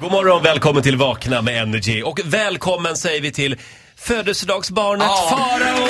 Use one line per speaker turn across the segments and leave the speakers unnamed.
God morgon, välkommen till Vakna med Energy. Och välkommen säger vi till födelsedagsbarnet
Ja.
Farao!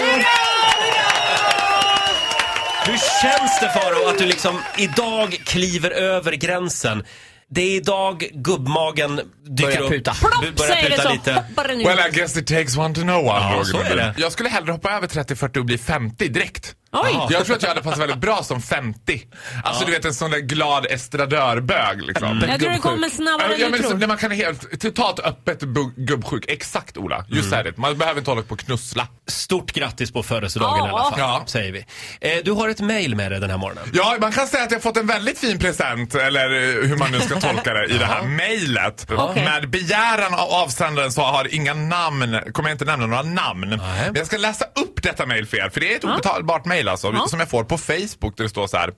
Hur känns det Farao att du liksom idag kliver över gränsen? Det är idag gubbmagen dyker
Börjar
upp.
puta.
Bu-
Plopp
Börjar
säger det
puta
så.
lite.
Ploppar den ut.
Well I guess it takes one to know one.
Ja,
Roger
så är
Nordin.
det.
Jag skulle hellre hoppa över 30-40 och bli 50 direkt.
Oj.
Jag tror att jag hade passat väldigt bra som 50. Alltså du vet en sån där glad estradörbög liksom.
Mm.
Jag tror det kommer snabbare
Ja,
än du
men liksom,
tror.
när man kan är helt totalt öppet bu- gubbsjuk. Exakt Ola, just mm. det. Man behöver inte hålla på och knussla.
Stort grattis på födelsedagen
Ja.
i alla fall,
Ja.
säger vi. Eh, du har ett mejl med dig den här morgonen.
Ja, man kan säga att jag fått en väldigt fin present, eller eh, hur man nu ska tolka det, i det här mejlet.
Okej.
Med begäran av avsändaren så har inga namn, kommer jag inte nämna några namn. Men jag ska läsa upp detta mejl för er, för det är ett obetalbart mejl alltså,
Ja.
som jag får på Facebook där det står så här.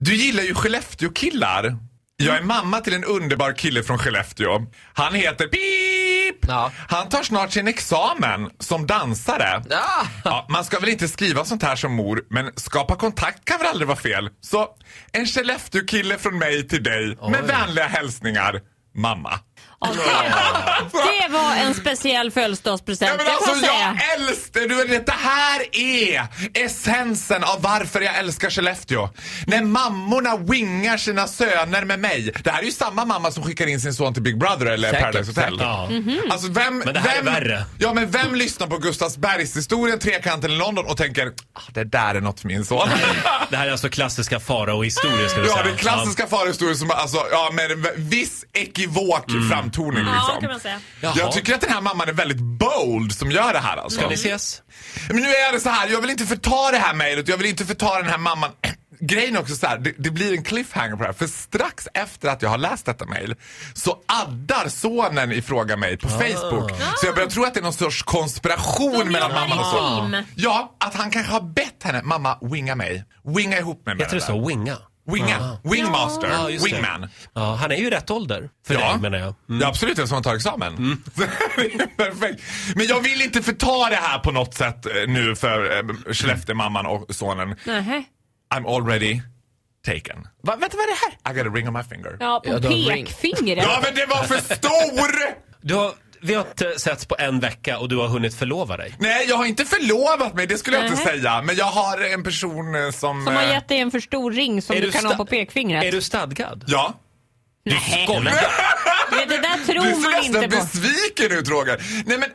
Du gillar ju Skellefteå-killar. Jag är mamma till en underbar kille från Skellefteå. Han heter Pip!
Ja.
Han tar snart sin examen som dansare.
Ah.
Ja, man ska väl inte skriva sånt här som mor, men skapa kontakt kan väl aldrig vara fel? Så en Skellefteå-kille från mig till dig med vänliga hälsningar, mamma.
Ja, det, det var en speciell födelsedagspresent,
Ja, men
det
alltså,
kan jag säga.
jag älskar du vet, Det här är essensen av varför jag älskar Skellefteå. När mammorna wingar sina söner med mig. Det här är ju samma mamma som skickar in sin son till Big Brother eller
Säkert,
Paradise Hotel.
säkert.
Ja.
Alltså vem,
Men det här är
vem,
värre.
Ja, men vem lyssnar på Gustavsbergshistorien, Trekanten i London och tänker ah, det där är något för min son.
Det här är alltså klassiska Farao-historier ska vi
Ja,
säga.
det är klassiska farohistorier som alltså, ja, med en viss ekivok framtoning.
Ja,
Liksom.
kan man säga.
Jaha.
Jag tycker att den här mamman är väldigt bold som gör det här. Alltså.
Ska ni ses?
Men nu är det så här, jag vill inte förta det här mejlet, jag vill inte förta den här mamman. Grejen är också så här, det, det blir en cliffhanger på det här. För strax efter att jag har läst detta mejl så addar sonen i fråga mig
Ah.
på Facebook. Så jag börjar tro att det är någon sorts konspiration
De
mellan
jobbar i
mamman och sonen.
team.
Ja, att han kanske har bett henne, mamma winga mig. Winga ihop mig med
Heter det
den där."
så? Winga?
Winga, wingmaster,
Ja, just det.
wingman.
Ja, han är ju i rätt ålder för dig menar jag. Mm.
Ja, absolut, eftersom han tar examen. Perfekt. Men jag vill inte förta det här på något sätt eh, nu för eh, Skellefteå-mamman och sonen.
Nähä.
I'm already taken.
Va, vänta, vad är det här?
I got a ring on my finger. Ja,
Ja, på
Ja, de ring-
pekfingret.
men det var för stor!
Du har, vi har inte setts på en vecka och du har hunnit förlova dig.
Nej, jag har inte förlovat mig, det skulle jag inte
Nej.
säga. Men jag har en person eh, som...
Som har
eh,
gett dig en för stor ring som
Är
du,
du
kan ha
sta-
på pekfingret.
Är du stadgad?
Ja.
Du skojar!
Du vet, det där
Du
tror
ser
man
nästan
inte på.
besviken ut, Roger. Nej, men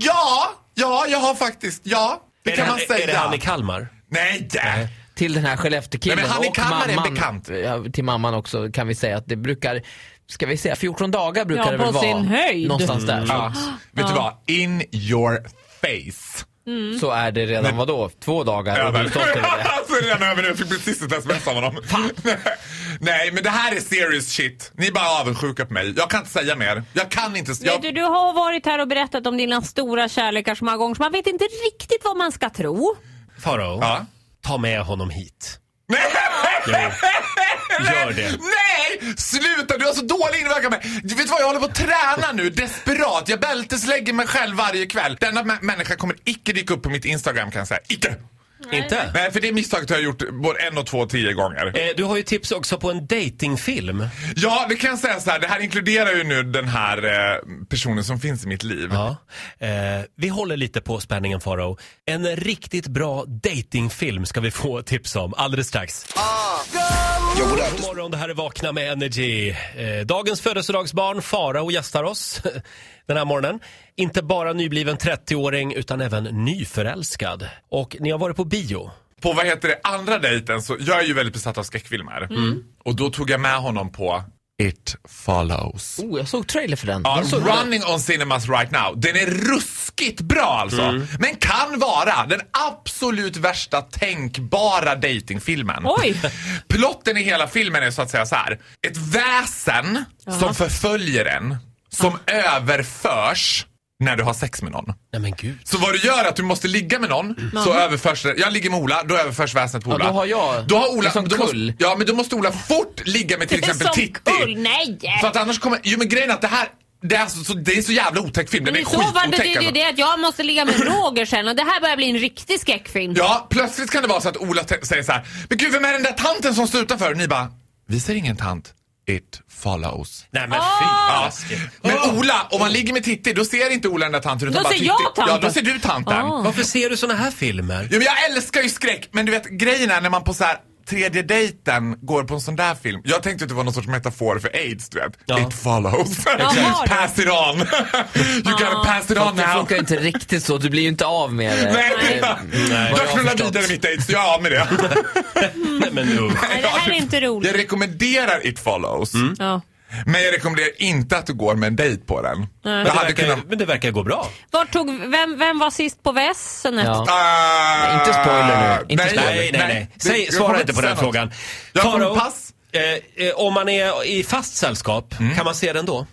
ja, ja, jag har faktiskt, ja. Det
Är
kan
det,
man
han-
säga.
Är det han i Kalmar?
Nej! Nej.
Till den här Skellefteå-killen
Nej, men han i
och
Kalmar är en
mamman.
bekant.
Ja, Till mamman också kan vi säga att det brukar, ska vi säga 14 dagar brukar
Ja,
det väl
på
vara.
sin höjd.
Någonstans där.
Ja. Vet du vad? In your face. Mm.
Så är det redan, vadå, två dagar? och du är stolt över det.
alltså redan över nu. Jag fick precis ett sms av honom. Nej, men det här är serious shit. Ni är bara avundsjuka på mig. Jag kan inte säga mer. Jag kan inte...
Vet
Jag...
du, du har varit här och berättat om dina stora kärlekar så många gånger så man vet inte riktigt vad man ska tro.
Farao,
Ja.
ta med honom hit.
Nej!
Gör det.
Nej! Sluta! Du har så dålig inverkan på mig. Du vet vad? Jag håller på att träna nu desperat. Jag bälteslägger mig själv varje kväll. Denna mä- människa kommer icke dyka upp på mitt Instagram kan jag säga. Icke!
Inte?
Nej, för det misstaget har jag gjort både en och två och tio gånger.
Eh, Du har ju tips också på en datingfilm.
Ja, det kan jag säga så här. Det här inkluderar ju nu den här eh, personen som finns i mitt liv.
Ja. Eh, vi håller lite på spänningen Farao. En riktigt bra datingfilm ska vi få tips om alldeles strax. God morgon, det här är Vakna med Energy. Eh, dagens födelsedagsbarn Farao gästar oss den här morgonen. Inte bara nybliven 30-åring utan även nyförälskad. Och ni har varit på bio.
På vad heter det, andra dejten så, jag är ju väldigt besatt av skräckfilmer. Och då tog jag med honom på It follows.
Oh, jag såg trailer för den.
Ja,
Den såg jag.
running on cinemas right now. Den är ruskigt bra alltså. Men kan vara den absolut värsta tänkbara datingfilmen.
Oj.
Plotten i hela filmen är så att säga så här. Ett väsen som förföljer en, som överförs när du har sex med någon.
Nej men gud.
Så vad du gör är att du måste ligga med någon,
Mm.
så överförs det. Jag ligger med Ola, då överförs väsendet på
Ja,
Ola.
då har jag-
Då har
det
Ola
är som
då
kull.
måste, ja, men då måste Ola fort ligga med till exempel
Som
Titti.
kull, nej!
För att annars kommer... Jo men grejen är att det här... Det är, alltså så, så, det är så jävla otäck film. Den är
Men så var
skitotäck
det ju
alltså.
det att jag måste ligga med Roger sen och det här börjar bli en riktig skräckfilm.
Ja, plötsligt kan det vara så att Ola te- säger så här. Men gud, vem är den där tanten som står utanför? Och ni bara, vi ser ingen tant. It follows.
Nej men
Ah!
fy
Ja.
taskigt.
Men Ola, om man ligger med Titti, då ser inte Ola den där tanten. utan
Då
bara
ser jag
Titti. Ja, då
tanten.
ser du tanten.
Ah.
Varför ser du såna här filmer?
Ja, men jag älskar ju skräck, men du vet grejen är när man på så här tredje dejten går på en sån där film. Jag tänkte att det var någon sorts metafor för aids, du vet.
Ja.
It follows.
har du?
pass it on. you gotta pass it on
Det
now.
funkar ju inte riktigt så, du blir ju inte av med det. Eh,
Nej,
vad jag
jag
har
knullar
förstått.
vidare mitt aids, jag är av med det.
Nej men usch.
Nej, det här är inte roligt.
Jag rekommenderar It follows.
Ja.
Men jag rekommenderar inte att du går med en dejt på den. Jag
Men det,
hade
verkar,
kunnat...
men det verkar gå bra.
Var tog, vem, vem var sist på vässenet?
Ja.
Ah,
Inte spoiler nu. Inte
nej,
spoiler.
Nej, nej, nej.
Det-
Säg,
jag
svara
kommer
inte på
säga
den
något.
frågan.
Jag
Faro,
kommer pass. Mm.
Eh, eh, om man är i fast sällskap, kan man se den då?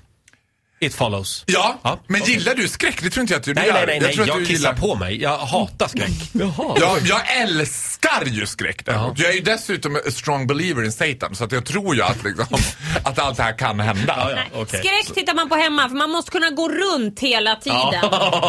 It follows.
Ja,
Ja,
men
okej.
gillar du skräck? Det tror inte jag att du
Nej,
gör.
nej, nej, nej.
tror
Jag,
att du
kissar
gillar-
på mig. Jag hatar skräck.
Jaha.
Ja, jag älskar ju skräck däremot. Jag är ju dessutom a strong believer in Satan så att jag tror ju att, liksom, att allt det här kan hända.
Ja, ja,
Nej.
okej.
Skräck tittar man på hemma för man måste kunna gå runt hela tiden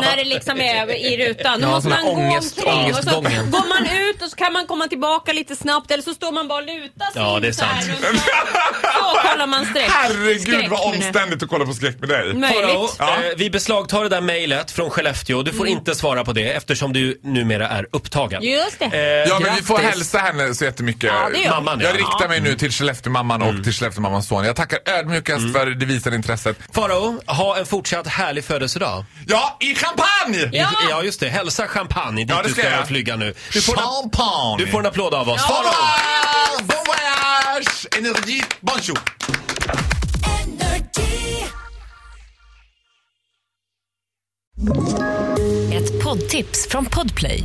när det liksom är i rutan. Då
Ja,
måste
sån
man
här
gå
ångest-
omkring och så
ångestgången.
går man ut och så kan man komma tillbaka lite snabbt eller så står man bara och lutar sig
Ja,
in
det är
så här
sant.
runt hörnet. Så kollar man streck.
Herregud
Skräck,
vad
menar jag.
omständigt att kolla på skräck med dig.
Faro,
Möjligt.
Ja.
eh, vi beslagtar det där mejlet från Skellefteå. Du får inte svara på det eftersom du numera är upptagen.
Just det.
Eh,
Ja, men vi får
grattis.
hälsa henne så jättemycket.
Ja, det gör vi.
Mamman, ja. Mm.
jag riktar mig nu till Skellefteåmamman och till Skellefteåmammans son. Jag tackar ödmjukast för det visade intresset.
Faro, ha en fortsatt härlig födelsedag.
Ja, i champagne!
Ja,
Ja.
ja just det. Hälsa champagne dit
Ja, det
du
ska
ska
jag.
flyga nu. Du får, en,
Champagne!
du får en applåd av oss.
Au
Faro!
revoir! Bon voyage! Energi, bonjour!
Ett poddtips från Podplay.